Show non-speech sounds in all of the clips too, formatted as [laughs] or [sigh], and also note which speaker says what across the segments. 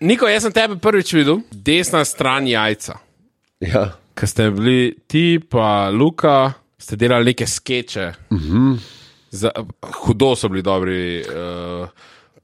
Speaker 1: Niko, jaz sem tebe prvič videl, desna stran jajca.
Speaker 2: Ja.
Speaker 1: Ker ste bili ti, pa Luka, ste delali neke skeče. Uh -huh.
Speaker 2: Mhm.
Speaker 1: Za, hudo so bili dobri. Uh,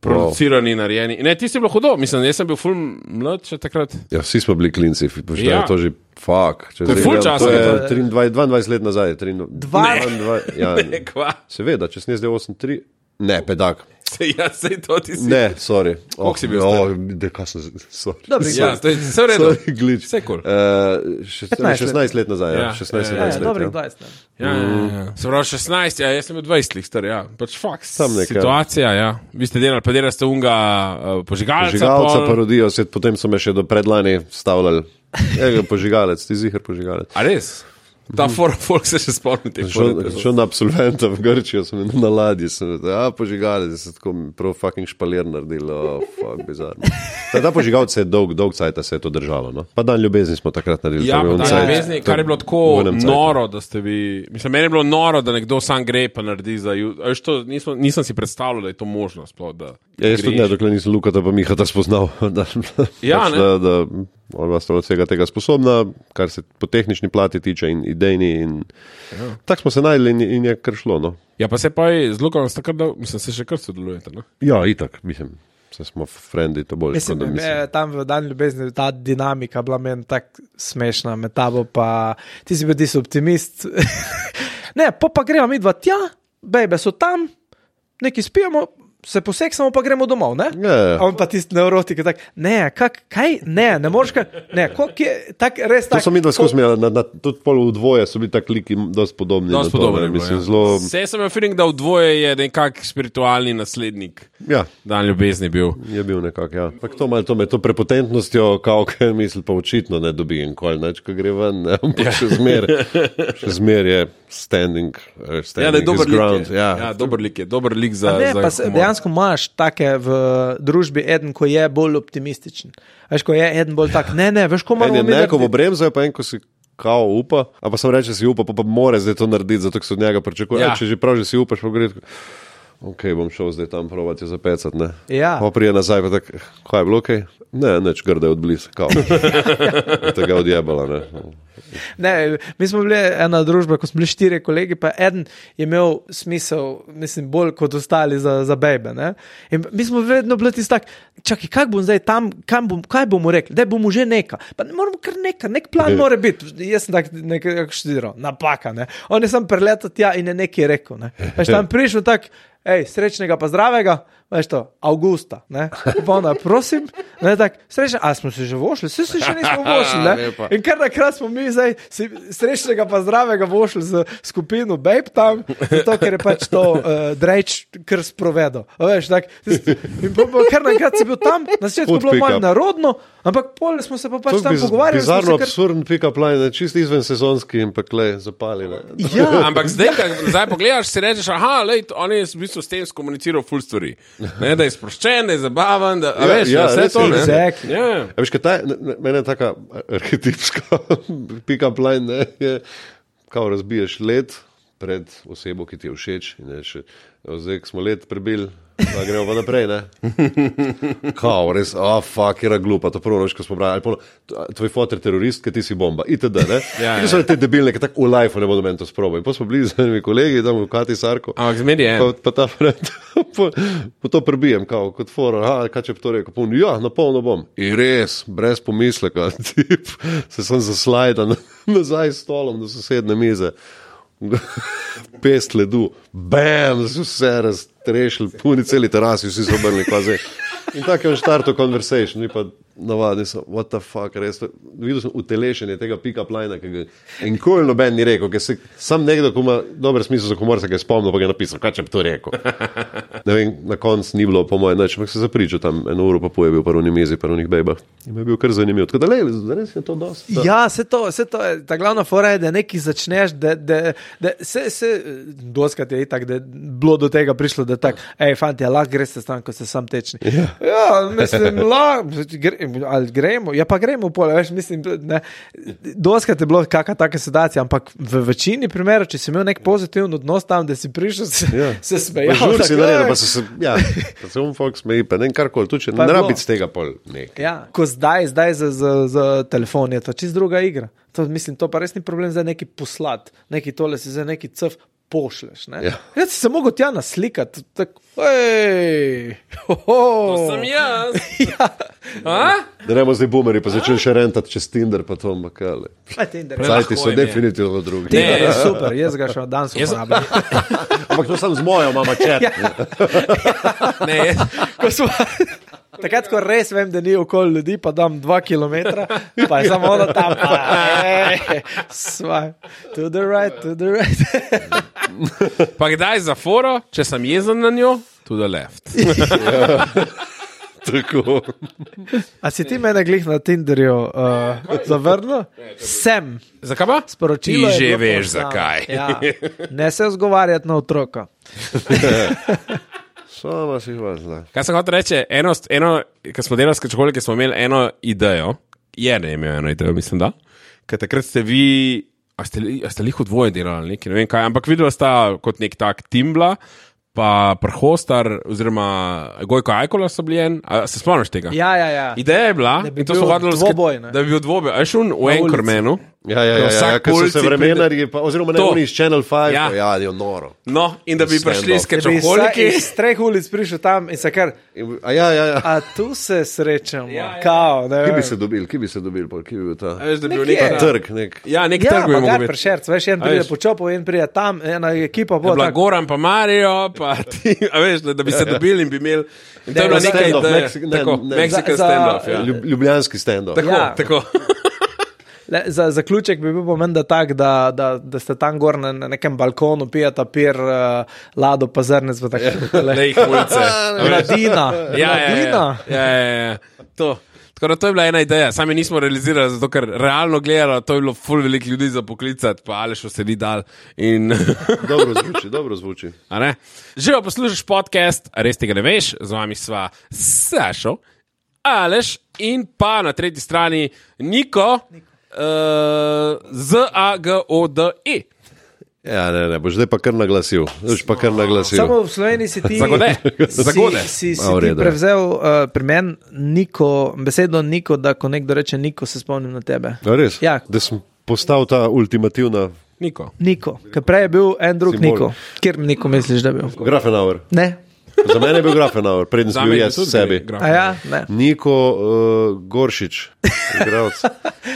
Speaker 1: Producirani, narejeni. Ne, ti si bilo hudo, mislim, jaz sem bil ful mlad še
Speaker 2: [laughs]
Speaker 1: takrat.
Speaker 2: Ja, vsi smo bili klinci, pošteno
Speaker 1: Ja.
Speaker 2: ja. to že fuk.
Speaker 1: To je ful časa,
Speaker 2: To
Speaker 1: je
Speaker 2: je 23, 22 let nazaj. 23,
Speaker 3: Dva-
Speaker 2: 22,
Speaker 1: [laughs]
Speaker 2: ja,
Speaker 1: Kva,
Speaker 2: seveda, če sniz 983. Ne, pedak.
Speaker 1: se jaz se ja, to ti si.
Speaker 2: Ne, sorry.
Speaker 1: Koliko si bil star?
Speaker 2: Oh, deka sem, sorry.
Speaker 3: Dobri,
Speaker 1: Ja, to je vse v redu.
Speaker 2: Sorry, glitch.
Speaker 1: Vse kul.
Speaker 2: Eh, še-
Speaker 3: 15
Speaker 2: 16 let nazaj, ja.
Speaker 1: Ja,
Speaker 2: 16,
Speaker 1: ja, ja,
Speaker 2: 17
Speaker 3: Ja, dobrih
Speaker 2: let. ja.
Speaker 3: 20. ne.
Speaker 1: Ja, ja, ja. Se pravi, 16, ja, jaz sem bil 20, lih star, ja. pač fakt.
Speaker 2: Sam nekaj.
Speaker 1: Situacija, ja. Vi ste delali, pa delali ste unga uh, požigalca.
Speaker 2: Požigalca
Speaker 1: pol.
Speaker 2: parodijo, se, potem so me še do predlani
Speaker 3: [laughs]
Speaker 2: stavljali. Ega, požigalec, ti zihar požigalec.
Speaker 1: A res? Ta forum folk se še spomni teh
Speaker 2: Šel
Speaker 1: forum.
Speaker 2: šel na absolventa v Grčijo, sem na ladji, sem rekel, a požigali, da se tako prav fucking špalir naredilo, oh, fuck, bizarno. Ta, ta požigal se je dolg, dolg cajt se je to držalo. No? Pa dan ljubezni smo takrat naredili.
Speaker 1: Ja,
Speaker 2: to je bil
Speaker 1: pa
Speaker 2: en
Speaker 1: ta
Speaker 2: cajt,
Speaker 1: ljubezni,
Speaker 2: to
Speaker 1: kar je bilo
Speaker 2: v
Speaker 1: tako
Speaker 2: enem cajtu.
Speaker 1: noro, da ste vi. Mislim, meni je bilo noro, da nekdo sam gre pa naredi za ju. a veš, to Nisem, nisem si predstavljal, da je to možno. Sploh, da
Speaker 2: Ja, jaz tudi
Speaker 1: greš.
Speaker 2: ne, dokler nisem Luka, pa Miha ta spoznal, [laughs] da,
Speaker 1: Ja,
Speaker 2: pač,
Speaker 1: ne.
Speaker 2: da, da on vas od vsega tega sposobna, kar se po tehnični plati tiče in idejni. In... Ja. Tako smo se najdli in, in je kar šlo. No?
Speaker 1: Ja, pa se pa je z Lukom, sta kar dol- mislim, se še kar no. sodelujete. Ne?
Speaker 2: Ja, itak, mislim, se smo frendi, to bolj
Speaker 3: Mislim,
Speaker 2: tako
Speaker 3: da je tam v dan ljubezni ta dinamika bila meni tako smešna, med tabo pa ti si bil tisti optimist. [laughs] ne, po pa gremo mi dva tja, bebe so tam, neki spijemo. Se poseksamo, pa gremo domov. Ne?
Speaker 2: Ja, ja.
Speaker 3: A On pa tisti neurotik, ki je tak, ne, kak, kaj, ne, ne moreš, kaj, ne, kako je, tak, res tako.
Speaker 2: To so mi dva skozi, na, na, tudi pol v dvoje so bili tako liki, dosti podobni. na
Speaker 1: Dosti
Speaker 2: to,
Speaker 1: podobno
Speaker 2: ne,
Speaker 1: je bilo,
Speaker 2: mislim,
Speaker 1: ja.
Speaker 2: zelo.
Speaker 1: Vse sem imel feeling, da v dvoje je nekak spiritualni naslednik.
Speaker 2: Ja,
Speaker 1: Dan ljubezni bil.
Speaker 2: je bil nekako. Ja. Ampak to malo to med to prepotentnostjo, kao, kaj [laughs] misli, pa očitno ne dobi in kol neč, ko gre ven, ne, ampak še zmer,
Speaker 1: [laughs]
Speaker 2: še zmer je standing, eh,
Speaker 1: Ja,
Speaker 2: standing
Speaker 1: da je dober
Speaker 2: his ground.
Speaker 1: lik. Je. Ja. ja, dober lik je, dober lik za.
Speaker 3: A Ne,
Speaker 1: za
Speaker 3: pa se,
Speaker 1: humor.
Speaker 3: dejansko imaš take v družbi, eden, ko je bolj optimističen. Veš, ko je eden bolj tak, ne, ne, veš, ko
Speaker 2: En
Speaker 3: imaš
Speaker 2: je neko v bremzo, pa en, ko si kao upa, a pa sem reče, si upa, pa, pa mora zdaj to narediti, zato ker se od njega pričakuje.
Speaker 1: Ja.
Speaker 2: Ja. Če že prav, že si upaš, pa gre. tako, Ok, bom šel zdaj tam provat, jo zapecati. Ne?
Speaker 3: Ja.
Speaker 2: Pa prije nazaj, pa tako, kaj je bilo, kaj? Ne, neč grda je odblizu,
Speaker 3: [laughs]
Speaker 2: kao. Od Tega odjebala, ne.
Speaker 3: Pač Ne, mi smo bili ena družba, ko smo bili štiri kolegi, pa en je imel smisel, mislim, bolj kot ostali za, za bebe. ne. In Mi smo vedno bili tisti tak, čakaj, kaj bom zdaj tam, kam bom, kaj bomo rekli, da bomo že neka. Pa ne moramo kar neka, nek plan mora biti. Jaz sem tak nekaj študiral, napaka. Ne. On je sam preletel tja in je nekaj rekel. Ne. Veš, tam prišel tak. Ej, srečnega, pa zdravega, veš to, avgusta. ne. Pa ona, prosim, ne tako, srečnega, a smo se že vošli, vse se še nismo vošli. ne.
Speaker 1: Lepo.
Speaker 3: In kar naenkrat smo mi zdaj si- srečnega, pa zdravega vošli z skupino Babe tam, zato ker je pač to uh, Drejč kar sprovedel. A Veš, tak, tisti- in pol pa kar naenkrat si bil tam, na začetku je
Speaker 2: Food
Speaker 3: bilo malo
Speaker 2: pickup.
Speaker 3: narodno, ampak pol smo se pa pač tam
Speaker 2: biz-
Speaker 3: pogovarjali. smo
Speaker 2: bizarno
Speaker 3: se kar-
Speaker 2: absurden pick-up line, ne, čist izven sezonski in pa klej zapali. Ne.
Speaker 1: Ja, [laughs] ampak zdaj, ko zdaj pogledaš, si rečeš, aha, lej, on je v bistvu s tem skomuniciral full stvari. Ne, da je sproščen, da je zabaven, da ja,
Speaker 2: Ja,
Speaker 1: veš, ja,
Speaker 2: ja,
Speaker 1: vse
Speaker 2: res
Speaker 1: to.
Speaker 2: je,
Speaker 1: ne.
Speaker 3: exactly.
Speaker 1: Ja.
Speaker 2: A veš, kaj ta, ne, ne, mene je taka arhetipska [laughs] pick-up line, ne, je, kao razbiješ let pred osebo, ki ti je všeč. in je Še, evo, zdaj ko smo let prebili, pa gremo pa naprej. Ne? [laughs] Kao, res, a oh, fuck, era glupa, to prvo, veš, ko smo brali. ali pa ono, "Tv- Tvoj fotor je terorist, ki ti si bomba, itd.
Speaker 1: Ja,
Speaker 2: Ja,
Speaker 1: ja.
Speaker 2: ja. Te debilne, ki tako v lifeu ne bodo meni to sprobali. Potem smo bili z enimi kolegi, tam v Kati Sarko.
Speaker 1: Ampak zmeri je.
Speaker 2: Pa, pa ta fred, [laughs] po, po to prebijem, kao, kot foro, a kaj če bi to rekel, pun, ja, na polno bom. In res, brez pomisleka, [laughs] tip, se sem zaslajdan [laughs] nazaj s stolom do sosedne mize. [laughs] Pest ledu, bam, so vse raztrešili, puni celi terasi, vsi so obrnili, pa zdaj. In tako je on startal conversation, mi pa navadni so, what the fuck, res. to- Videl sem utelešenje tega pick-up lina, ki ga nikoli noben ni rekel, ker se sam nekdo, ko ima dober smisel za humor, se ga je spomnil, pa ga je napisal, kaj če bi to rekel. Ne vem, na koncu ni bilo, po mojem, nič, ampak se zapričal tam eno uro, pa poje bil v prvni mizi, prvnih bejbah. In mi je bil kar zanimiv. Tako da, le, res je to dosti. da-
Speaker 3: Ja, se to, se to je. Ta glavna fora je, da nekaj začneš, da, da, da se, se doskrat je itak, da je bilo do tega prišlo, da tako, hej, fanti, a lahko greste stran, ko ste sam tečni. Ja, ja mislim, lahko, gre, ali gremo, ja pa gremo pole, veš, mislim, ne. Doskrat je bilo kakšna taka sedacija, ampak v večini primerov, če si imel nek pozitiven odnos tam, da si prišel, se, ja.
Speaker 2: Ja.
Speaker 3: se smejal.
Speaker 2: Pa žur
Speaker 3: tako,
Speaker 2: si naredil,
Speaker 3: "Ej,
Speaker 2: Pa se, se, ja, pa se um folk smeji, pa ne vem, karkoli, tudi če
Speaker 3: Pa no. je
Speaker 2: ne
Speaker 3: bilo.
Speaker 2: rabi z tega pol nekaj.
Speaker 3: Ja, ko zdaj, zdaj za, za, za telefon je to čist druga igra. To, mislim, to pa res ni problem za neki poslat, neki tole si za neki cv pošleš. Ne?
Speaker 2: Ja.
Speaker 3: Jaz si se mogel tja naslikati, tako, hej, hoho.
Speaker 1: To sem jaz.
Speaker 3: [laughs] ja.
Speaker 1: A?
Speaker 2: Da ne bomo zdaj boomerji, pa začeli še rentati čez Tinder, pa to ja, makale.
Speaker 3: A, Tinder, je-
Speaker 1: Lahko
Speaker 2: Zajti so
Speaker 1: jim je.
Speaker 2: definitivno drugi. [laughs]
Speaker 3: Tinder
Speaker 1: Ne.
Speaker 3: je super, jaz ga še danes
Speaker 1: Jaz-
Speaker 3: uporabljam. [laughs]
Speaker 2: Ampak to sem z mojo, mama čet. ja.
Speaker 1: Ne, jaz,
Speaker 3: Ko smo- [laughs] Takrat, ko res vem, da ni okoli ljudi, pa dam dva km, pa je samo ono tam. Svaj, to the right, to the right. [laughs]
Speaker 1: pa kdaj za foro, če sem jezen na njo, tudi [laughs] left.
Speaker 2: [laughs] Tako.
Speaker 3: A si ti mene glih na Tinderju uh, zavrnil? Sem.
Speaker 1: Zakaj pa? Ti
Speaker 3: Sporočilo je
Speaker 1: že
Speaker 3: bilo
Speaker 1: veš,
Speaker 3: poslano.
Speaker 1: zakaj.
Speaker 3: Ja. Ne se zgovarjati na otroka.
Speaker 2: Sama si hvala.
Speaker 1: Kaj sem hotel reči, eno, st- eno ko smo delali s Kačkoli, smo imeli eno idejo, je ne imel eno idejo, mislim, da. Ker takrat ste vi, a ste, li- a ste lih v dvoje delali, ali nekaj, ne vem kaj, ampak videla sta kot nek tak timbla, pa prhostar, oziroma Gojko Ajkola so bili en, a se spomniš tega?
Speaker 3: Ja, ja, ja.
Speaker 1: Ideja je bila,
Speaker 3: Da
Speaker 1: da
Speaker 3: bi
Speaker 1: bi bil
Speaker 3: bil
Speaker 1: hodili,
Speaker 3: dvoboj, ne?
Speaker 1: da bi bil dvoboj. A je šel v
Speaker 3: ulici.
Speaker 1: Anchormanu.
Speaker 2: Ja, ja, ja, ja, ja
Speaker 1: Vsak
Speaker 2: ker so se
Speaker 1: pulci
Speaker 2: vremenarji, pa, oziroma ne
Speaker 1: To.
Speaker 2: oni iz Channel 5,
Speaker 1: Ja.
Speaker 2: ja, ja je noro.
Speaker 1: No, in da bi
Speaker 2: Stand-up.
Speaker 1: prišli s
Speaker 2: Da
Speaker 3: Da bi iz
Speaker 1: Kačkoliki.
Speaker 3: vsa- Iz treh ulic prišel tam in se kar.
Speaker 2: In- A ja, ja, ja.
Speaker 3: A tu se srečamo.
Speaker 1: Ja, ja.
Speaker 3: Kao, ne
Speaker 2: Kje
Speaker 3: vem.
Speaker 2: bi se dobil, kje bi se dobil, pol, kje bi bil ta?
Speaker 1: Veš, da bi bil
Speaker 3: Nekje.
Speaker 1: nek
Speaker 2: Ta trg, nek.
Speaker 1: Ja, nek
Speaker 3: Ja,
Speaker 1: trg bi
Speaker 3: pa
Speaker 1: mogel
Speaker 3: kar
Speaker 1: biti.
Speaker 3: prešerc, veš, en pride
Speaker 1: veš. Ja,
Speaker 3: po čopu, en pride tam, ena
Speaker 1: Je
Speaker 3: ekipa bo
Speaker 1: bila
Speaker 3: tako.
Speaker 1: Goran, pa Marijo, pa ti, a veš, da, da bi se dobili in bi imeli. In to je bila
Speaker 3: Dejmo
Speaker 1: neka
Speaker 2: stand-off,
Speaker 1: ideja.
Speaker 2: Mexi- ne,
Speaker 1: Tako,
Speaker 2: ne.
Speaker 1: Mexican
Speaker 3: Za- za-
Speaker 1: stand-off. Ja.
Speaker 2: Ljub, ljubljanski stand-up.
Speaker 1: Tako,
Speaker 3: Ja.
Speaker 1: ja. tako.
Speaker 3: Le, za zaključek bi bil pomen, da, tak, da, da, da ste tam gor na, na nekem balkonu, pijete pir, uh, lado, pa zrnec v takem.
Speaker 1: Ja, Le jih ulice. a veš.
Speaker 3: Mladina,
Speaker 1: Ja, ja,
Speaker 3: mladina.
Speaker 1: ja, ja, ja, ja. To. Tako da to je bila ena ideja, sami nismo realizirali, zato ker realno gledano, to je bilo ful veliko ljudi za poklicati, pa ali še se ni dal. In, [laughs]
Speaker 2: Dobro zvuči, dobro zvuči.
Speaker 1: a ne? Že pa poslušaš podcast, a res tega ne veš, z vami sva Sašo, Aleš in pa na tretji strani Niko, uh, z A, G, O, D, E.
Speaker 2: Ja, ne, ne, boš zdaj pa kar naglasil. Boš pa kar naglasil.
Speaker 3: Samo v Sloveniji si ti,
Speaker 1: Zagode,
Speaker 3: si,
Speaker 1: zagode.
Speaker 3: si, si
Speaker 2: Ma, v
Speaker 3: ti
Speaker 2: redu je.
Speaker 3: prevzel uh, pri meni Niko, besedo Niko, da ko nekdo reče Niko, se spomnim na tebe.
Speaker 2: A res?
Speaker 3: Ja.
Speaker 2: Da sem postal ta ultimativna
Speaker 1: Niko.
Speaker 3: Niko, ker prej je bil en drug
Speaker 2: Simbol.
Speaker 3: Niko. Kjer Niko misliš, da je bil?
Speaker 2: grafenauer.
Speaker 3: Ne.
Speaker 2: Za mene je bil grafenauer, preden sem bil jaz
Speaker 1: tudi
Speaker 2: sebi.
Speaker 1: graf.
Speaker 3: A ja, ne.
Speaker 2: Niko uh, Goršič, igralec.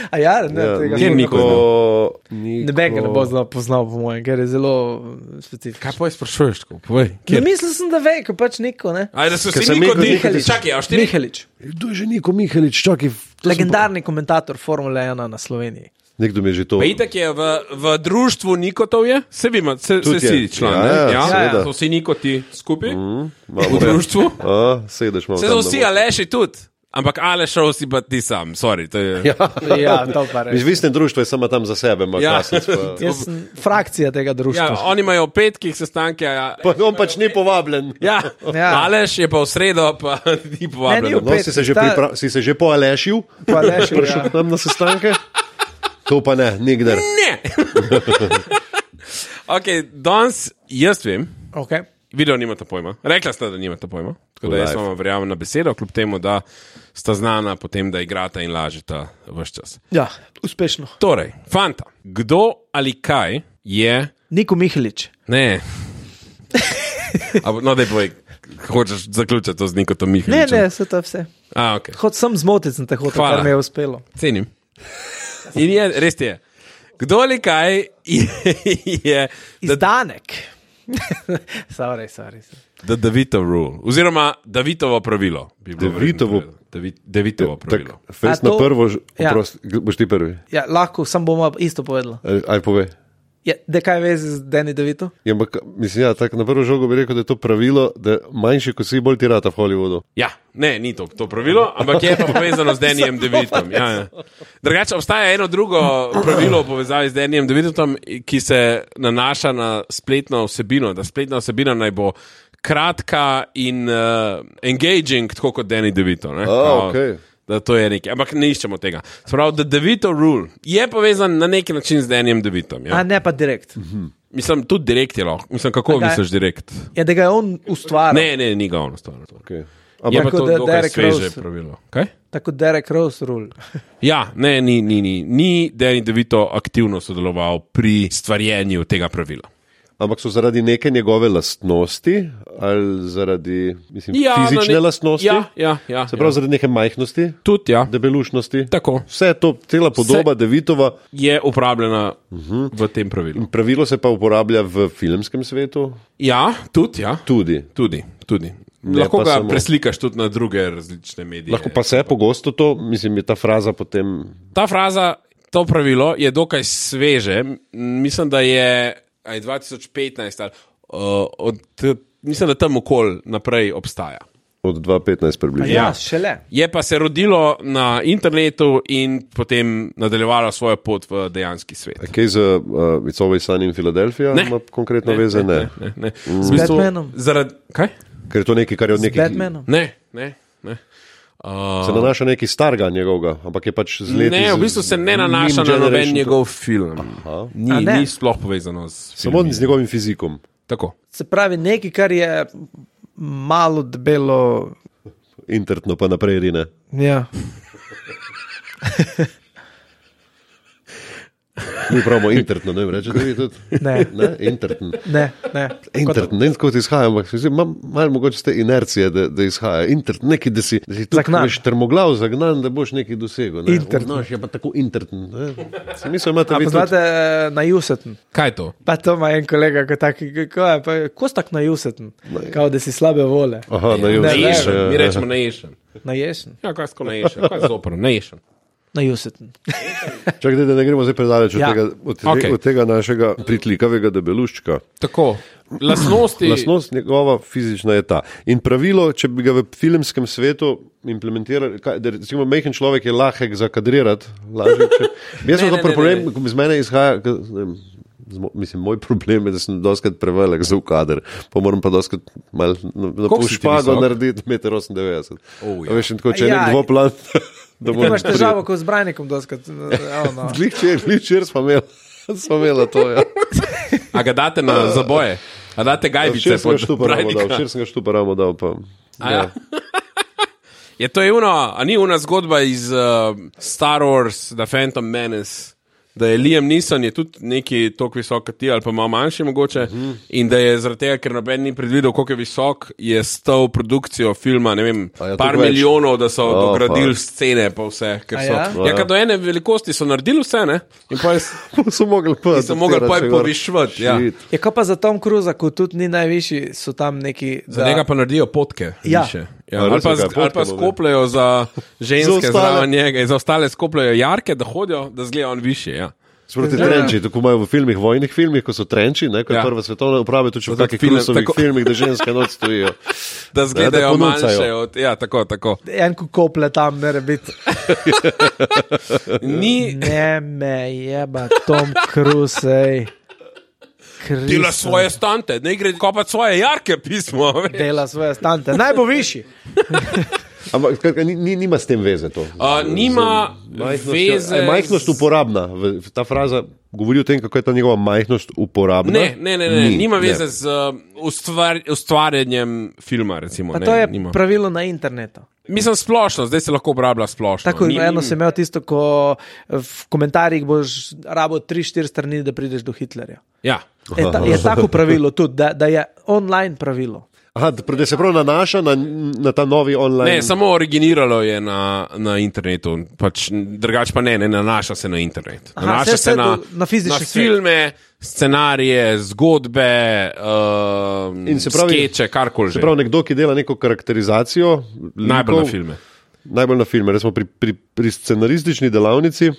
Speaker 3: A [laughs] ja, ne. tega
Speaker 1: Kjer
Speaker 3: ne-
Speaker 1: Niko?
Speaker 2: Niko,
Speaker 3: Noben ga ne bo znal poznal, po mojem, ker je zelo eh, specifičen.
Speaker 1: Kaj pa jih sprašuješ, tako povej?
Speaker 3: No, mislil sem, da ve, ko pač Niko, ne.
Speaker 1: Ajde, da so
Speaker 2: Ker
Speaker 1: se
Speaker 2: sem
Speaker 1: Niko
Speaker 2: Niko
Speaker 1: dihali.
Speaker 2: Dihalič.
Speaker 1: Čakaj, a štiri?
Speaker 3: Mihalič,
Speaker 2: Kdo je že Niko Mihalič, čakaj. to sem
Speaker 3: legendarni komentator Formule 1 na
Speaker 1: [laughs]
Speaker 3: Sloveniji.
Speaker 2: pa- Nekdo mi je že to.
Speaker 1: Pa itak je v, v društvu Nikotov, je? se vima, se, se
Speaker 2: Tudi je.
Speaker 1: si član.
Speaker 2: Ja,
Speaker 1: ne?
Speaker 2: ja,
Speaker 3: seveda.
Speaker 1: so vsi Nikoti skupaj mm, v
Speaker 2: Malo je.
Speaker 1: društvu.
Speaker 2: A, sedeš malo.
Speaker 1: Se so
Speaker 2: tam, da
Speaker 1: vsi
Speaker 2: bo-
Speaker 1: Aleši tudi, ampak Alešov si pa ti sam, sorry. to Je...
Speaker 3: Ja, to pa res.
Speaker 2: Izvisne društvo je samo tam za sebe, ima
Speaker 1: Ja.
Speaker 2: ja. klasnic. Pa.
Speaker 3: Jaz sem frakcija tega društva.
Speaker 1: Ja, oni imajo v petkih sestanke. Ja.
Speaker 2: Pa on pač ni povabljen.
Speaker 1: Ja.
Speaker 3: Ja.
Speaker 1: Ja. Aleš je pa v sredo, pa [laughs] ni
Speaker 3: Ne, ni
Speaker 1: povabljen.
Speaker 3: v-
Speaker 2: No, si, se že
Speaker 3: Ta-
Speaker 2: pripra- si se že poalešil,
Speaker 3: Pa ne še
Speaker 2: prišel k
Speaker 3: ja.
Speaker 2: nam na sestanke? To pa ne, nikdar.
Speaker 1: Ne. [laughs] okay, danes jaz vem,
Speaker 3: okay.
Speaker 1: Video nimate pojma. Rekla ste, da nimate pojma. Tako da jaz
Speaker 2: Life.
Speaker 1: vam verjamem na besedo, kljub temu, da sta znana potem, da igrata in lažeta vse čas.
Speaker 3: ja, uspešno.
Speaker 1: Torej, fanta, kdo ali kaj je.
Speaker 3: Niko Mihalič. [laughs]
Speaker 1: Ne. A bo- No, da je hočeš zaključiti to z neko to
Speaker 3: Ne,
Speaker 1: Mihajlo.
Speaker 3: ne, vse to je vse.
Speaker 1: A, okay.
Speaker 3: Hod sem zmotil, sem te hotel,
Speaker 1: Hvala.
Speaker 3: kar mi je uspelo.
Speaker 1: Cenim. In je, res ti je. Kdo ali kaj je, je
Speaker 3: Izdanek. [laughs] sorry, sorry. sorry.
Speaker 1: The Davitov rule, oziroma Davitovo pravilo. bi bilo
Speaker 2: Davitovo- Ja,
Speaker 1: verjetno povedal. Davi, Davitovo pravilo.
Speaker 2: Tak, fejst
Speaker 3: A to-
Speaker 2: na prvo, ž-
Speaker 3: Ja.
Speaker 2: oprosti, g- boš ti prvi.
Speaker 3: Ja, lahko sem bomo isto povedal.
Speaker 2: Ali- Aj pove.
Speaker 3: Ja, da kaj veze z Deni Devito?
Speaker 2: Ja, ampak, mislim, ja, tak, na prvo žogo bi rekel, da je to pravilo, da manjši kot si, bolj ti rata v Hollywoodu.
Speaker 1: Ja, ne, ni to, to pravilo, ampak je pa povezano z Denijem Devitom. Ja, ja. Drugače, obstaja eno drugo pravilo v povezavi z Denijem Devitom, ki se nanaša na spletno vsebino, da spletna vsebina naj bo kratka in uh, engaging, tako kot Deni Devito. ne. Kao,
Speaker 2: okej.
Speaker 1: Da to je nekaj, ampak ne iščemo tega. Sprav, da Devito rule je povezan na neki način z Denijem Devitom.
Speaker 3: A
Speaker 1: Ja.
Speaker 3: ne pa direkt.
Speaker 1: Mislim, tudi direkt je lahko. Mislim, kako
Speaker 3: A ga je-
Speaker 1: misliš direkt?
Speaker 3: Ja, da ga je on ustvaril.
Speaker 1: Ne, ne, ni ga ono stvar.
Speaker 2: Okay.
Speaker 1: Je
Speaker 2: Ampak
Speaker 1: pa
Speaker 3: Tako
Speaker 1: to
Speaker 3: da
Speaker 1: dokaj
Speaker 3: Derek
Speaker 1: sveže
Speaker 3: Rose-
Speaker 1: pravilo. Kaj?
Speaker 3: Tako Derek Rose rule.
Speaker 1: Ja, ne, ni, ni, ni, ni Dani Devito aktivno sodeloval pri stvarjenju tega pravila.
Speaker 2: Ampak so zaradi neke njegove lastnosti ali zaradi mislim,
Speaker 1: Ja,
Speaker 2: ja,
Speaker 1: na
Speaker 2: fizične ne,
Speaker 1: nek-
Speaker 2: lastnosti,
Speaker 1: Ja, ja, ja.
Speaker 2: se pravi ja. zaradi neke majhnosti,
Speaker 1: Tudi, ja.
Speaker 2: debelušnosti.
Speaker 1: Tako.
Speaker 2: Vse to, cela podoba Vse... Devitova,
Speaker 1: Je uporabljena uh
Speaker 2: Mhm.
Speaker 1: -huh. v tem pravilu.
Speaker 2: pravilo se pa uporablja v filmskem svetu
Speaker 1: Ja, tudi, ja.
Speaker 2: tudi.
Speaker 1: Tudi, tudi. Lahko
Speaker 2: pa
Speaker 1: ga
Speaker 2: samo-
Speaker 1: samo... preslikaš tudi na druge različne medije.
Speaker 2: Lahko pa se pogosto to, mislim, je ta fraza potem.
Speaker 1: Ta fraza, to pravilo je dokaj sveže. M, Mislim, da je a je 2015 ali uh, od, mislim, da tam okol naprej obstaja.
Speaker 2: Od 2015
Speaker 3: Ja,
Speaker 2: približno.
Speaker 3: ja šele.
Speaker 1: Je pa se rodilo na internetu in potem nadaljevalo svojo pot v dejanski svet.
Speaker 2: Kaj za uh, It's Always Sunny in Philadelphia
Speaker 1: Ne.
Speaker 2: ima konkretno ne, veze? Ne, Mm. ne. Ne.
Speaker 1: ne, ne. V bistvu,
Speaker 3: Batmanom.
Speaker 1: zaradi, kaj?
Speaker 2: Ker je to nekaj, kar je od
Speaker 3: Z
Speaker 2: nekih.
Speaker 3: Batmanom.
Speaker 1: Ne, ne. ne. Uh,
Speaker 2: Se nanaša na nekaj starega njegovega, ampak je pač z leti.
Speaker 1: Ne, v
Speaker 2: z-
Speaker 1: bistvu se ne
Speaker 2: z
Speaker 1: nanaša
Speaker 2: Meme
Speaker 1: na noben
Speaker 2: Generation to-
Speaker 1: njegov film.
Speaker 3: A
Speaker 1: Ni,
Speaker 3: ne?
Speaker 1: ni sploh povezano s.
Speaker 2: Samo z njegovim fizikom.
Speaker 1: Tako.
Speaker 3: Se pravi, nekaj, kar je malo debelo.
Speaker 2: Intertno pa naprej rine.
Speaker 3: Ja.
Speaker 2: Mi pravimo intertno, ne vem, rečete vi tudi.
Speaker 3: Ne.
Speaker 2: ne intertno.
Speaker 3: Ne, ne. Kot,
Speaker 2: Intertno, ne vem, kako ti izhaja, ampak mislim, imam malo mogoče te inercije, da, da izhaja. Intertno, nekaj, da si, da si tukaj
Speaker 3: Zagnan.
Speaker 2: veš trmoglav, zagnan, da boš nekaj dosegel. Ne?
Speaker 3: Intertno.
Speaker 2: Znaš, je pa tako intertno. ne. Se mislim, imate
Speaker 3: a
Speaker 2: vi tudi.
Speaker 3: poznate eh, na Jusetn?
Speaker 1: Kaj je to?
Speaker 3: Pa to ima en kolega, ki je taki, kako je, pa je kostak na Jusetn,
Speaker 1: No, ja.
Speaker 3: kao da si slabe vole.
Speaker 2: Aha, na jugu.
Speaker 1: Naješen,
Speaker 2: Ja,
Speaker 1: mi
Speaker 2: ja.
Speaker 1: rečemo naješen.
Speaker 3: Na jesen?
Speaker 1: Ja, kaj sko naješen, kaj zopr, naješen.
Speaker 3: Na Jusetn.
Speaker 2: Čak, da, da ne gremo zdaj predaleč od,
Speaker 3: Ja.
Speaker 2: ja. tega, od, te,
Speaker 1: Okej.
Speaker 2: okay. od tega našega pritlikavega debeluščka.
Speaker 1: Tako. Lasnosti.
Speaker 2: Lastnost njegova fizična je ta. In pravilo, če bi ga v filmskem svetu implementirali, kaj, da recimo majhen človek je lahek za kadrirati, lažje.
Speaker 1: [laughs]
Speaker 2: Če... Jaz
Speaker 1: Ne,
Speaker 2: sem to
Speaker 1: ne, ne,
Speaker 2: problem,
Speaker 1: ne.
Speaker 2: ko iz mene izhaja. K, ne, vem, z mo- Mislim, moj problem je, da sem doskrat prevelik za ukader, pa moram pa doskrat malo na- na
Speaker 1: Koliko
Speaker 2: pol
Speaker 1: si ti
Speaker 2: špago
Speaker 1: visok?
Speaker 2: narediti 1,98 m.
Speaker 1: O, ja.
Speaker 2: Veš, in tako, če je
Speaker 3: Ja.
Speaker 2: nek dvoplan, [laughs] da
Speaker 3: Ti
Speaker 2: moram
Speaker 3: imaš
Speaker 2: priti.
Speaker 3: težavo, ko z branikom doskrat. ja, no.
Speaker 2: Glihčer, glihčer smo imeli. Smo imeli to, ja.
Speaker 1: A ga date na zaboje? A date gajbice
Speaker 2: Ja, Včeraj sem ga
Speaker 1: pod
Speaker 2: štupa ramo dal,
Speaker 1: brajnika?
Speaker 2: včeraj sem ga štupa ramo dal. Pa,
Speaker 1: A
Speaker 2: [laughs]
Speaker 1: ja. [laughs] Je to je uno, a ni una zgodba iz uh, Star Wars, The Phantom Menace, da je Liam Neeson je tudi neki tako visok kot ti, ali pa malo manjši mogoče,
Speaker 2: Mhm.
Speaker 1: mm. in da je zaradi tega, ker noben ni predvidel, koliko je visok, je stal produkcijo filma, ne vem,
Speaker 2: A ja,
Speaker 1: par
Speaker 2: toliko več?
Speaker 1: milijonov, da so
Speaker 2: O,
Speaker 1: oh, dogradili
Speaker 2: fakt.
Speaker 1: scene pa vse, ker
Speaker 3: A
Speaker 1: so.
Speaker 3: ja?
Speaker 1: Ja, ja kad do ene velikosti so naredili vse, ne? In pa jaz
Speaker 2: Sem mogel pa.
Speaker 1: sem mogel pa je povišvati, ja.
Speaker 2: Shit.
Speaker 3: Je kot pa za Tom Cruise, ko tudi ni najvišji, so tam neki.
Speaker 1: Za njega pa naredijo potke.
Speaker 3: Ja.
Speaker 1: više. Ja,
Speaker 2: A
Speaker 1: ali,
Speaker 2: res
Speaker 1: pa,
Speaker 2: so ga
Speaker 1: z- ali pa
Speaker 2: potke,
Speaker 1: skopljajo za ženske
Speaker 2: Za ostale.
Speaker 1: zraven njega, in za ostale skopljajo jarke, da hodijo, da zgleda on više. Ja.
Speaker 2: Sproti trenči, tako imajo v filmih, vojnih filmih, ko so trenči, ne, ko je
Speaker 1: Ja.
Speaker 2: ja. prva svetovna uprava, tudi še v
Speaker 1: Zato
Speaker 2: kakih
Speaker 1: film-
Speaker 2: filmih,
Speaker 1: tako-
Speaker 2: filmih, da ženske noč stojijo.
Speaker 1: Da zgledajo ja, da
Speaker 2: ponucajo.
Speaker 1: manjše. Od, ja, tako, tako.
Speaker 3: En ko kople tam, ne rebiti.
Speaker 1: Ni
Speaker 3: Ne me jeba, Tom Cruise. ej. Kristus.
Speaker 1: dela svoje stante, ne gre kopati svoje jarke pismo. [laughs] veš.
Speaker 3: Dela svoje stante. Naj bo višji.
Speaker 2: Ampak skratka, ni, ni, nima s tem veze to.
Speaker 1: A, nima
Speaker 2: Z majhnostjo.
Speaker 1: veze
Speaker 2: A je Ja, e, majhnost
Speaker 1: z-
Speaker 2: uporabna. V- Ta fraza govori o tem, kako je ta njegova majhnost uporabna.
Speaker 1: Ne, ne, ne, ne.
Speaker 2: Ni,
Speaker 1: nima veze
Speaker 2: Ne.
Speaker 1: ne. z uh, ustvar, ustvarjanjem filma. Recimo,
Speaker 3: Pa
Speaker 1: ne,
Speaker 3: to je
Speaker 1: nima.
Speaker 3: pravilo na internetu.
Speaker 1: Mislim splošno, zdaj se lahko uporablja splošno.
Speaker 3: Tako
Speaker 1: Ni-
Speaker 3: ni, eno
Speaker 1: ni-
Speaker 3: si imel tisto, ko eh, v komentarjih boš rabo 3-4 strani, da prideš do
Speaker 1: [laughs]
Speaker 3: Hitlerja.
Speaker 1: Ja.
Speaker 3: E, ta, je tako pravilo tudi, da, da je online pravilo.
Speaker 2: Aha, da da se prav nanaša na, na ta novi online.
Speaker 1: Ne, samo originiralo je na, na internetu, pač, drugače pa ne, ne nanaša se na internet.
Speaker 3: Aha,
Speaker 1: nanaša
Speaker 3: vse- vse
Speaker 1: se na,
Speaker 3: do- na fizični
Speaker 1: na
Speaker 3: svet.
Speaker 1: filme, scenarije, zgodbe, uh,
Speaker 2: In se pravi-
Speaker 1: skeče, karkoli že.
Speaker 2: Se pravi, nekdo, ki dela neko karakterizacijo,
Speaker 1: Najbolj na
Speaker 2: likov,
Speaker 1: filme.
Speaker 2: Najbolj na filme. Recimo pri, pri, pri scenaristični delavnici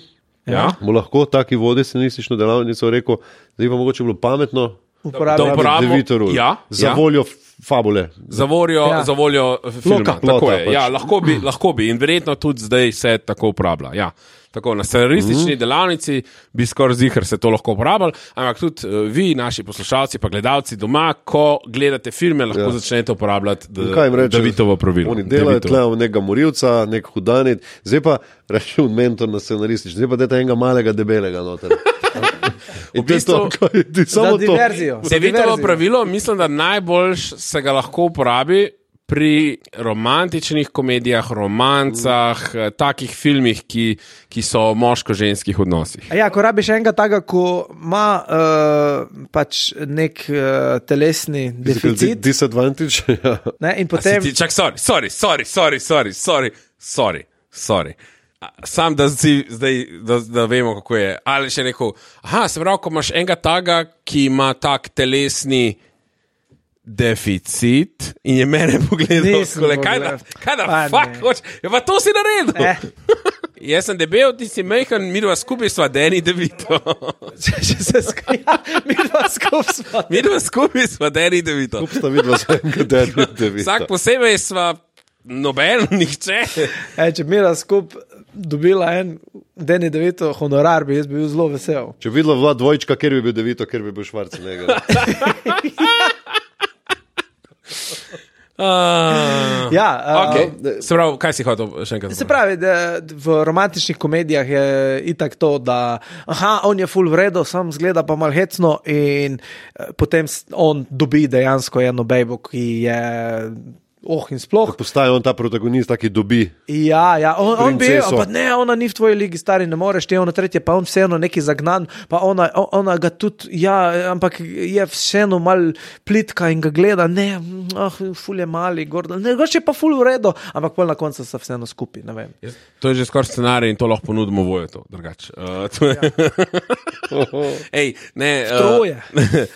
Speaker 1: Ja.
Speaker 2: mu lahko taki vodi scenaristično delavnico rekel, da bi pa mogoče bilo pametno
Speaker 1: Da
Speaker 3: Uporabljati
Speaker 1: uporabi- Uporabimo-
Speaker 2: devitoru
Speaker 1: ja,
Speaker 2: za
Speaker 1: ja.
Speaker 2: voljo f- fabule.
Speaker 1: Za voljo,
Speaker 3: Ja.
Speaker 1: ja. za voljo filma.
Speaker 2: Loka.
Speaker 1: tako
Speaker 2: Plota
Speaker 1: je.
Speaker 2: pač.
Speaker 1: Ja, lahko, bi, lahko bi in verjetno tudi zdaj se tako uporablja. Ja. Tako, na scenaristični mm.
Speaker 2: Mhm.
Speaker 1: delavnici bi skoraj zihar se to lahko uporabljalo, ampak tudi eh, vi, naši poslušalci, pa gledalci doma, ko gledate filme, lahko ja.
Speaker 2: Ja.
Speaker 1: začnete uporabljati
Speaker 2: In Kaj jim reče?
Speaker 1: Davitovo pravilo.
Speaker 2: Oni delajo
Speaker 1: Davitovo.
Speaker 2: tle v nekega morilca, nek [laughs]
Speaker 1: [laughs]
Speaker 2: hudanit, zdaj pa reče un mentor na scenaristični, zdaj pa dajte enega malega, debelega noter. In to je to,
Speaker 1: bistvu-
Speaker 2: kaj ti samo
Speaker 3: Za
Speaker 2: to.
Speaker 3: diverzijo. Za
Speaker 1: Devitovo
Speaker 3: diverzijo.
Speaker 1: pravilo, mislim, da najboljš se ga lahko uporabi pri romantičnih komedijah, romancah, eh, takih filmih, ki, ki so o moško-ženskih odnosih.
Speaker 3: A Ja, ko rabiš enega tega, ko ima uh, pač nek uh, telesni
Speaker 2: Physical di-
Speaker 3: deficit.
Speaker 2: Disadvantage. [laughs] Ja.
Speaker 3: Ne,
Speaker 1: A
Speaker 3: in
Speaker 1: si
Speaker 3: potem
Speaker 1: Ti, čak, sorry, sorry, sorry, sorry, sorry, sorry, sorry, sorry. A, Sam, da, si, zdaj, da, da vemo, kako je. Ali še neko, aha, se pravi, ko imaš enega taga, ki ima tak telesni deficit in je mene pogledal,
Speaker 3: Nisem
Speaker 1: skole, kaj da,
Speaker 3: pogledal.
Speaker 1: kaj da,
Speaker 3: Pa
Speaker 1: fuck,
Speaker 3: ne.
Speaker 1: hoč, ja, pa to si naredil.
Speaker 3: Eh.
Speaker 1: [laughs] Jaz sem debel, ti si mehko, mi dva skupaj sva Deni Devito.
Speaker 3: [laughs] [laughs] če, če se [laughs] ja, skrija, mi dva skupaj smo.
Speaker 1: mi dva skupaj sva Deni Devito.
Speaker 2: Sta vidva
Speaker 1: [laughs]
Speaker 2: vsakega dne, da vidiš.
Speaker 1: Vsak posebej sva noben, nihče.
Speaker 3: E, če bi mi dva skupaj dobila en deni devito honorar, bi jaz bil zelo vesel.
Speaker 2: Če bi videla dva dvojčka, ker bi bil devito, ker bi bil švarcenegar.
Speaker 1: [laughs] Ah.
Speaker 3: Ja, a,
Speaker 1: Okay. Se pravi, kaj si hotel še enkrat?
Speaker 3: Se pravi, da v romantičnih komedijah je itak to, da aha, on je full vredo, sam zgleda pa mal hecno in eh, potem s- on dobi dejansko eno bejbo, ki je oh in sploh.
Speaker 2: Postaje on ta protagonist, ki dobi.
Speaker 3: Ja, ja, on, on bi rekel,
Speaker 2: Princeso.
Speaker 3: pa ne, ona ni v tvoji ligi, stari ne moreš, ti je ona tretja, pa on vseeno neki zagnan, pa ona, o- ona ga tudi, ja, ampak je vseeno mal plitka in ga gleda, ne, mm, ah, ful je mali, gorda, ne, goče pa ful v redu, ampak pol na koncu so vseeno skupaj, ne vem.
Speaker 1: To je že skoraj scenarij in to lahko ponudimo vojetu, drugače. Uh, to je.
Speaker 3: Ja.
Speaker 1: [laughs] Ej, ne. Uh,
Speaker 3: Troje.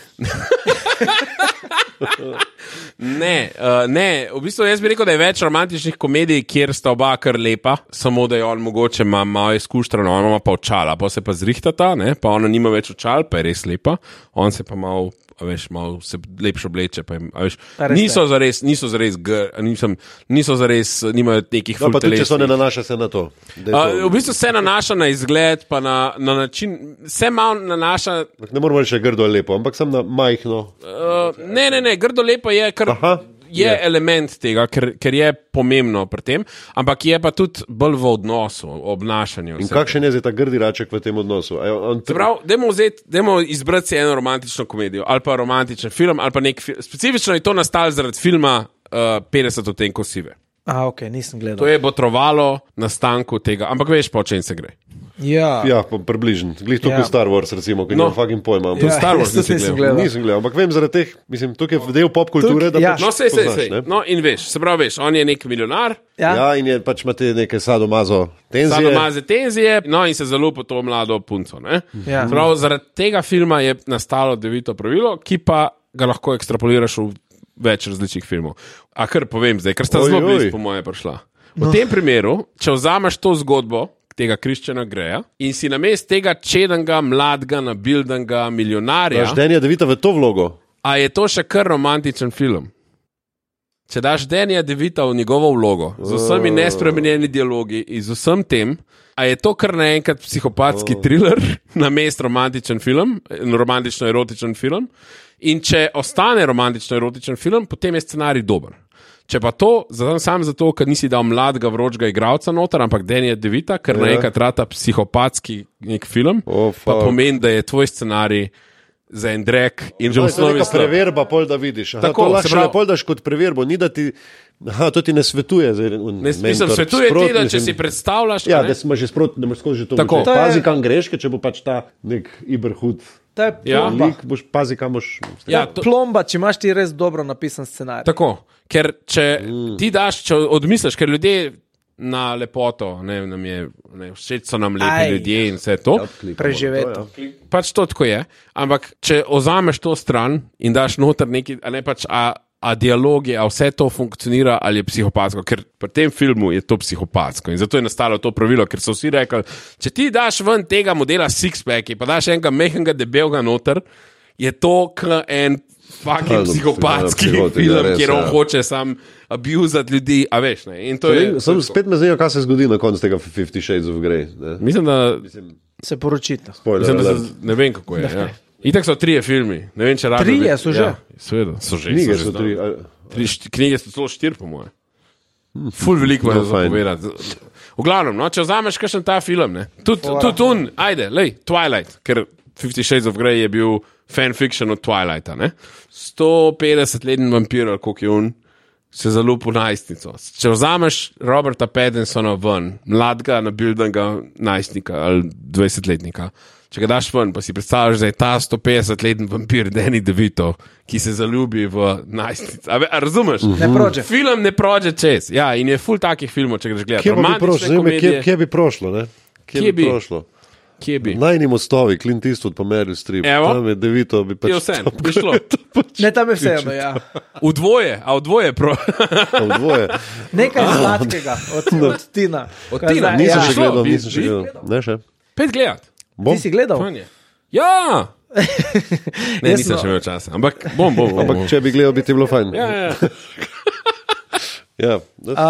Speaker 1: ne, uh, ne, v bistvu jaz bi rekel, da je več romantičnih komedij, kjer sta oba kar lepa, samo da je on mogoče ima malo izkuštrano, ona ima pa očala, pa se pa zrihtata, ne, pa ona nima več očal, pa je res lepa, on se pa malo, a veš, malo se lepše obleče. Pa jim, a veš,
Speaker 3: Pa res
Speaker 1: niso zares, niso zares, gr, nisem, niso zares, nimajo nekih
Speaker 2: No, pa tudi, če
Speaker 1: fultelesnih-
Speaker 2: so ne nanaša se na to. da je
Speaker 1: Uh,
Speaker 2: to.
Speaker 1: v bistvu se nanaša na izgled, pa na, na način, vse malo nanaša.
Speaker 2: Ne moramo reči, da je grdo lepo, ampak sem na majhno.
Speaker 1: Uh, ne, ne, ne, grdo lepo je, ker Aha,
Speaker 2: Aha,
Speaker 1: je, je
Speaker 2: je.
Speaker 1: element tega, ker, ker je pomembno pri tem, ampak je pa tudi bolj v odnosu, obnašanju.
Speaker 2: In kakšen je zdaj ta grdi raček v tem odnosu? A je on-
Speaker 1: Prav, dajmo, vzeti, dajmo izbrati si eno romantično komedijo ali pa romantičen film ali pa nek film. Specifično je to nastalo zaradi filma uh, 50 odtenkov sive.
Speaker 3: A, ok, nisem gledal.
Speaker 1: To je botrovalo nastanku tega, ampak veš, po čem se gre.
Speaker 3: Ja,
Speaker 2: Ja, pa približno. Glej to
Speaker 3: Ja.
Speaker 2: kot Star Wars, recimo, ki
Speaker 1: No.
Speaker 2: no. ima fucking pojma. ampak-
Speaker 1: Tudi
Speaker 3: Ja,
Speaker 1: Star Wars
Speaker 3: jaz
Speaker 1: nisi
Speaker 3: tudi nisem
Speaker 1: gledal.
Speaker 3: gledal.
Speaker 2: Nisem gledal, ampak vem zaradi teh, mislim, tukaj je del pop kulture,
Speaker 3: Tukaj-
Speaker 2: da
Speaker 3: ja.
Speaker 2: pač
Speaker 1: No, sej, sej,
Speaker 2: poznaš,
Speaker 1: sej.
Speaker 2: ne.
Speaker 1: No, in veš, se pravi, veš, on je nek milijonar,
Speaker 3: ja.
Speaker 2: Ja, in je pač ima te neke sadomazo tenzije.
Speaker 1: Samo maze tenzije, no in se zelo po to mlado punco. ne.
Speaker 3: Ja.
Speaker 1: Prav, zaradi tega filma je nastalo devito pravilo, ki pa ga lahko ekstrapoliraš v več različnih filmov. A kar povem zdaj, ker sta
Speaker 2: Oj,
Speaker 1: zelo
Speaker 2: oj.
Speaker 1: blizu, po moje, prišla. V tem primeru, če vzameš to zgodbo tega Kriščana Greja in si namesto tega čedenga, mladega, nabildanga milijonarja,
Speaker 2: Daš Denija Devita v to vlogo.
Speaker 1: a je to še kar romantičen film. Če daš Denija Devita v njegovo vlogo, z vsemi
Speaker 2: Oh.
Speaker 1: nespremenjenimi dialogi in z vsem tem, a je to kar naenkrat
Speaker 2: Oh.
Speaker 1: psihopatski thriller, [laughs] na mest romantičen film, romantično-erotičen film. In če ostane romantično-erotičen film, potem je scenarij dober. Če pa to, zatem sam zato, ker nisi dal mladega vročega igralca noter, ampak Denija Devita, ker
Speaker 2: Ja.
Speaker 1: naenkrat rata psihopatski nek film,
Speaker 2: O,
Speaker 1: pa
Speaker 2: fuck.
Speaker 1: pomeni, da je tvoj scenarij za en drek in že
Speaker 2: To
Speaker 1: v
Speaker 2: No, je
Speaker 1: osnovi
Speaker 2: neka
Speaker 1: slab.
Speaker 2: preverba, pol da vidiš. Aha,
Speaker 1: Tako,
Speaker 2: Tako, to lahko
Speaker 1: se pravi-
Speaker 2: pravi... pol daš kot preverbo, ni da ti, aha, to ti ne svetuje. Zdaj, un,
Speaker 1: Ne, mislim,
Speaker 2: mentor,
Speaker 1: svetuje
Speaker 2: sprot,
Speaker 1: ti, da če
Speaker 2: mislim.
Speaker 1: si predstavljaš,
Speaker 2: Ja,
Speaker 1: a ne,
Speaker 2: da, si imaš že sprot, da imaš skozi že to.
Speaker 1: Tako.
Speaker 2: moče.
Speaker 1: To
Speaker 3: je-
Speaker 2: Pazi, kam greš, ker če bo pač ta nek iberhud.
Speaker 3: To je
Speaker 1: Ja.
Speaker 3: plomba.
Speaker 2: Lik, boš pazi, kam boš.
Speaker 1: ja,
Speaker 3: To...
Speaker 1: to,
Speaker 3: Plomba, če imaš ti res dobro napisan scenarij.
Speaker 1: tako. Ker če
Speaker 2: Mm.
Speaker 1: ti daš, če odmisliš, ker ljudje na lepoto, ne, nam je, ne, všeč so nam lepi
Speaker 3: Aj.
Speaker 1: ljudje in
Speaker 2: ja.
Speaker 1: vse to.
Speaker 3: Preživeto.
Speaker 1: Pač to tako je. Ampak če ozameš to stran in daš noter neki, a ne pač, a, a dialogi, a vse to funkcionira, ali je psihopatsko. Ker pri tem filmu je to psihopatsko in zato je nastalo to pravilo, ker so vsi rekli, če ti daš ven tega modela Sixpack, pa daš enega mehkega, debelega noter, je to kot en. Fakin
Speaker 2: Ja,
Speaker 1: psihopatski
Speaker 2: ja, psihoti,
Speaker 1: film,
Speaker 2: ja, res,
Speaker 1: kjer on
Speaker 2: ja.
Speaker 1: hoče sam abuzati ljudi, a veš ne. In to je.
Speaker 2: Sem spet me zanima, kaj se zgodi na koncu tega Fifty Shades of Grey. ne.
Speaker 1: Mislim, da
Speaker 3: Se poročite.
Speaker 2: Spoiler
Speaker 1: Mislim, da
Speaker 2: alert.
Speaker 1: se, ne vem, kako je. Ja. Itek so trije filmi. Ne vem, če rabijo.
Speaker 3: Trije
Speaker 1: biti-
Speaker 3: so že?
Speaker 1: Ja, seveda, so že.
Speaker 2: Knjige
Speaker 1: že
Speaker 2: so
Speaker 1: znane.
Speaker 2: tri. ali-
Speaker 1: tri št, knjige so celo štiri, po mojem. Ful veliko je
Speaker 2: No,
Speaker 1: za
Speaker 2: fajn.
Speaker 1: povedati. V glavnem, no, če vzameš kakšen ta film, tudi tud un, ajde, lej, Twilight, ker Fifty Shades of Grey je bil fanfiction od Twilighta. Ne? 150-letni vampir, ali koliko je un, se zalupi v najstnico. Če vzameš Roberta Pattinsona ven, mladega, nabildenega najstnika ali 20-letnika, če ga daš ven, pa si predstavljaš, da je ta 150-letni vampir Danny DeVito, ki se zaljubi v najstnico. A ve- a Razumeš?
Speaker 2: Mhm.
Speaker 3: Ne prođe.
Speaker 1: Film ne prođe čez. Ja, in je full takih filmov, če greš gledati.
Speaker 2: Kje, pa bi
Speaker 1: Romantične
Speaker 2: prošlo, zdaj me,
Speaker 1: komedije.
Speaker 2: kje, kje bi prošlo? Ne? Kje,
Speaker 1: Kje bi?
Speaker 2: prošlo?
Speaker 1: Kje bi?
Speaker 2: Najni mostovi, Clint Eastwood pa Meryl Streep,
Speaker 1: Evo.
Speaker 2: tam je Devito, bi pač
Speaker 1: Je vse, bi šlo.
Speaker 3: Ne, tam je vseeno. Ja.
Speaker 1: V dvoje, a v dvoje, pro. [laughs]
Speaker 2: tam dvoje.
Speaker 3: Nekaj sladkega od, od Tina.
Speaker 1: no. Od
Speaker 3: Kaj
Speaker 1: Tina,
Speaker 3: zdaj,
Speaker 2: Nisem
Speaker 1: Ja.
Speaker 2: še
Speaker 1: Šlo,
Speaker 2: gledal,
Speaker 1: bi-
Speaker 2: nisem še
Speaker 1: bi
Speaker 2: gledal. Ne še.
Speaker 1: Pet gledati.
Speaker 2: Bom.
Speaker 3: Ti si gledal?
Speaker 1: Ja! Ne,
Speaker 3: Jaz
Speaker 1: nisem
Speaker 3: no.
Speaker 1: še imel časa, ampak bom, bom. bom,
Speaker 2: Ampak
Speaker 1: bom.
Speaker 2: če bi gledal, bi ti bilo fajn.
Speaker 1: Ja, ja, ja.
Speaker 2: Ja, da-
Speaker 3: A,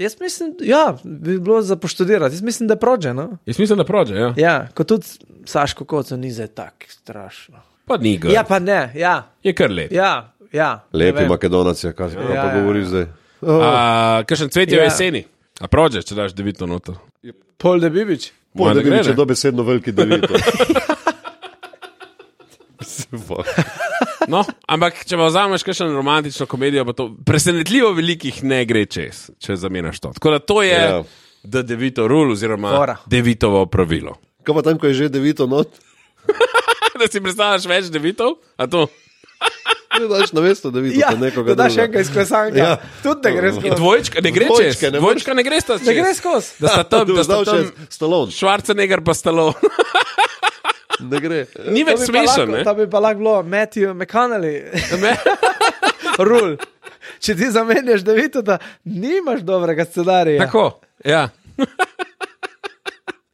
Speaker 3: jaz mislim, ja, bi bilo za poštudirati. Jaz mislim, da prođe. No?
Speaker 1: Jaz mislim, da prođe, ja.
Speaker 3: Ja, kot tudi Saško Koco ni zdaj tako strašno.
Speaker 1: Pa ni ga.
Speaker 3: Ja, pa ne, ja,
Speaker 1: Je kar lep.
Speaker 3: ja. ja ne
Speaker 2: Lepi
Speaker 3: vem.
Speaker 2: Makedonac je, kaj se
Speaker 3: Ja,
Speaker 2: pa
Speaker 3: ja,
Speaker 2: govori
Speaker 3: ja.
Speaker 2: zdaj.
Speaker 1: A, Kakšen cvet je v
Speaker 3: Ja.
Speaker 1: jeseni? A prođe, če daš devito noto.
Speaker 3: Pol de Bibič.
Speaker 1: Moja
Speaker 2: Pojdi, da
Speaker 1: ne gre,
Speaker 2: vidiš, če
Speaker 1: ne?
Speaker 2: dobesedno veliki Devito.
Speaker 1: No, ampak če pa vzameš kakšen romantično komedijo, pa to presenetljivo velikih ne gre čez, če zamenjaš to. Tako da to je,
Speaker 2: Ja.
Speaker 1: da devito rul oziroma
Speaker 3: Fora.
Speaker 1: devitovo pravilo. [laughs]
Speaker 2: Kaj pa tam, ko je že Devito no, not,
Speaker 1: Da si predstavljaš več devitov, a to.
Speaker 2: ne daš na mesto Devito,
Speaker 3: Ja,
Speaker 2: pa nekoga
Speaker 3: da daš
Speaker 2: drugega.
Speaker 3: enega iz klesanka.
Speaker 2: Ja.
Speaker 3: Ja. Tudi da greš
Speaker 1: In
Speaker 3: skozi.
Speaker 1: dvojčka ne gre
Speaker 2: Dvojčke ne
Speaker 1: čez.
Speaker 2: moreš-
Speaker 1: Dvojčka ne gre sta čez.
Speaker 3: [laughs] Da greš skozi.
Speaker 1: Da sta tam, da sta
Speaker 2: Vzdal še
Speaker 1: tam.
Speaker 2: Stallone,
Speaker 1: Švarcenegar pa stalo.
Speaker 2: ne gre.
Speaker 1: [laughs] Ni več smešen, ne?
Speaker 3: To bi pa lahko bilo Matthew McConnelly, [laughs]
Speaker 1: Ne?
Speaker 3: rul. Če ti zamenjaš Devito, da nimaš dobrega scenarija.
Speaker 1: Tako, ja.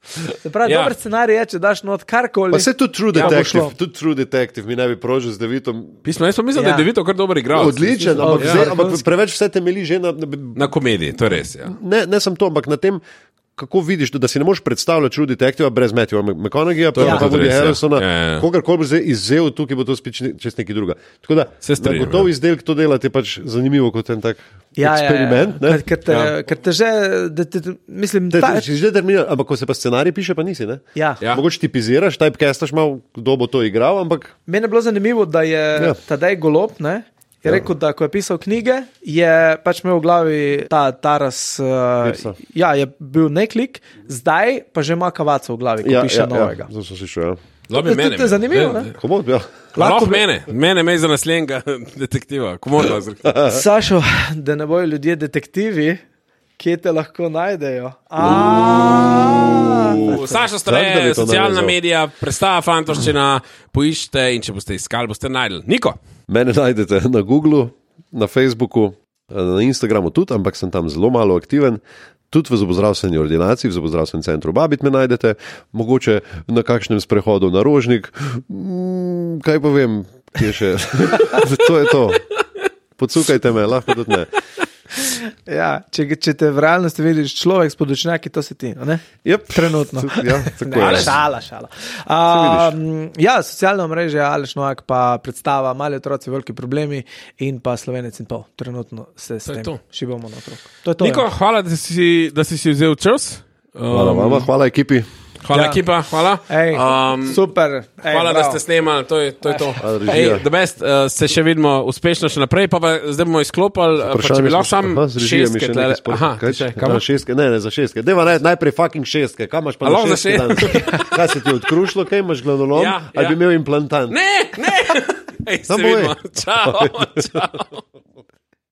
Speaker 3: Se pravi,
Speaker 1: Ja.
Speaker 3: ja. dober scenarij je, če daš not karkoli.
Speaker 2: Pa se tudi True
Speaker 3: Ja, bo
Speaker 2: Detective,
Speaker 3: šlo.
Speaker 2: ja, tudi True Detective, mi naj bi prožil z Devitom.
Speaker 1: Pismo, jaz pa mislim, ja. da
Speaker 3: Ja.
Speaker 1: je Devito kar dober igralec.
Speaker 2: Odličen,
Speaker 1: Mislim,
Speaker 2: ampak,
Speaker 1: ja.
Speaker 2: ja, zdaj, ampak preveč vse temelji že na, na
Speaker 1: Na komediji, to je res. Ja.
Speaker 2: ne, ne samo to, ampak na tem, kako vidiš, da, da si ne moreš predstavljati True Detective brez Matthewa McConaugheyja, pa
Speaker 1: je
Speaker 2: ja.
Speaker 1: pa tudi
Speaker 2: tudi
Speaker 1: res, ja.
Speaker 2: Harrisona,
Speaker 1: Ja, ja, ja.
Speaker 2: kogarkoli bo zdaj izzel, tukaj bo to spet če- čez nekaj druga. Tako da,
Speaker 1: Se strinjam,
Speaker 2: na
Speaker 1: ja.
Speaker 2: gotov izdelek to delati je pač zanimivo kot en tak
Speaker 3: ja,
Speaker 2: eksperiment.
Speaker 3: Ja,
Speaker 2: ne.
Speaker 3: ja. Ker, ker, te, ja. ker te že, da te, mislim,
Speaker 2: Te,
Speaker 3: ta,
Speaker 2: te, si že terminal, ampak ko se pa scenarij piše, pa nisi. Ne?
Speaker 3: ja.
Speaker 1: Ja.
Speaker 3: Ja.
Speaker 2: Mogoče tipiziraš, typecastaš malo, kdo bo to igral, ampak
Speaker 3: Meni je bilo zanimivo, da je
Speaker 2: Ja.
Speaker 3: ja. tedaj golob. Ne? Je rekel, da ko je pisal knjige, je pač imel v glavi ta Taras.
Speaker 2: Pirsa.
Speaker 3: Uh, ja, je bil nek lik, zdaj pa že ima kavaca v glavi, ki ja, piše ja, novega.
Speaker 2: Ja, zdaj sem slišal, ja.
Speaker 1: Lobi
Speaker 3: To- to-
Speaker 1: mene.
Speaker 3: to je zanimivo,
Speaker 1: Ne,
Speaker 3: ne?
Speaker 1: ne.
Speaker 2: Komod, ja.
Speaker 1: Lahko
Speaker 3: Lahko bi-
Speaker 1: mene, mene me za naslednjega [laughs] detektiva, komodno zrk.
Speaker 3: Ja. Sašo, da ne bojo ljudje detektivi, kje te lahko najdejo. Uh. A,
Speaker 1: Saša
Speaker 2: Tako da bi
Speaker 1: Stre,
Speaker 2: to ja.
Speaker 1: socialna
Speaker 2: navezal.
Speaker 1: medija, predstava fantoščina, poiščite in če boste iskali, boste najdel. Niko,
Speaker 2: Mene najdete na Googlu, na Facebooku, eh, na Instagramu tudi, ampak sem tam zelo malo aktiven. Tudi v zobozdravstveni ordinaciji, v zobozdravstvenem centru Babit me najdete, mogoče na kakšnem sprehodu na Rožnik, mm, kaj pa vem, kje še. [laughs] to je to. Pocukajte me, lahko tudi ne.
Speaker 3: ja, če, ga- če te v realnosti vidiš človek s podočnjaki, to si ti. a Ne?
Speaker 2: Yep.
Speaker 3: Trenutno.
Speaker 2: Ja, tako
Speaker 3: Ne,
Speaker 2: je.
Speaker 3: šala, šala. A, ja, socialna mreža, Aleš Novak, pa predstava Mali otroci, veliki problemi in pa Slovenec in pol. Trenutno se s
Speaker 1: je
Speaker 3: tem
Speaker 1: to.
Speaker 3: šibamo na otrok. To je to.
Speaker 1: Niko
Speaker 3: ja.
Speaker 1: hvala, da si, da si, si vzel čas. Um,
Speaker 2: Hvala vama, hvala ekipi.
Speaker 1: Hvala,
Speaker 3: Ja.
Speaker 1: ekipa, hvala.
Speaker 3: Ej,
Speaker 1: Um,
Speaker 3: um, super. Ej,
Speaker 1: Hvala, da
Speaker 3: bravo.
Speaker 1: ste snemali, to je to. Je to.
Speaker 2: Hvala, režija.
Speaker 1: Ej, the best, uh, se še vidimo uspešno še naprej, pa, pa zdaj bomo izklopili. eh, Pa če bi
Speaker 2: smo
Speaker 1: lahko
Speaker 2: še-
Speaker 1: sam
Speaker 2: aha, z režijo mi
Speaker 1: šestke
Speaker 2: še
Speaker 1: tlele-
Speaker 2: nekaj sporočil.
Speaker 1: Aha,
Speaker 2: Kaj?
Speaker 1: ti še, kam?
Speaker 2: Ja, šestke, ne, ne, za šestke. Deva naj, najprej fucking šestke, kam imaš pa
Speaker 1: A lahko za
Speaker 2: na šestke? danes?
Speaker 1: [laughs]
Speaker 2: Kaj se ti je odkrušilo, kaj imaš glavnolom,
Speaker 1: Ja,
Speaker 2: ali
Speaker 1: ja.
Speaker 2: bi imel implantant?
Speaker 1: Ne, ne. Ej, se
Speaker 2: Samo ej.
Speaker 1: vidimo. Čau, čau.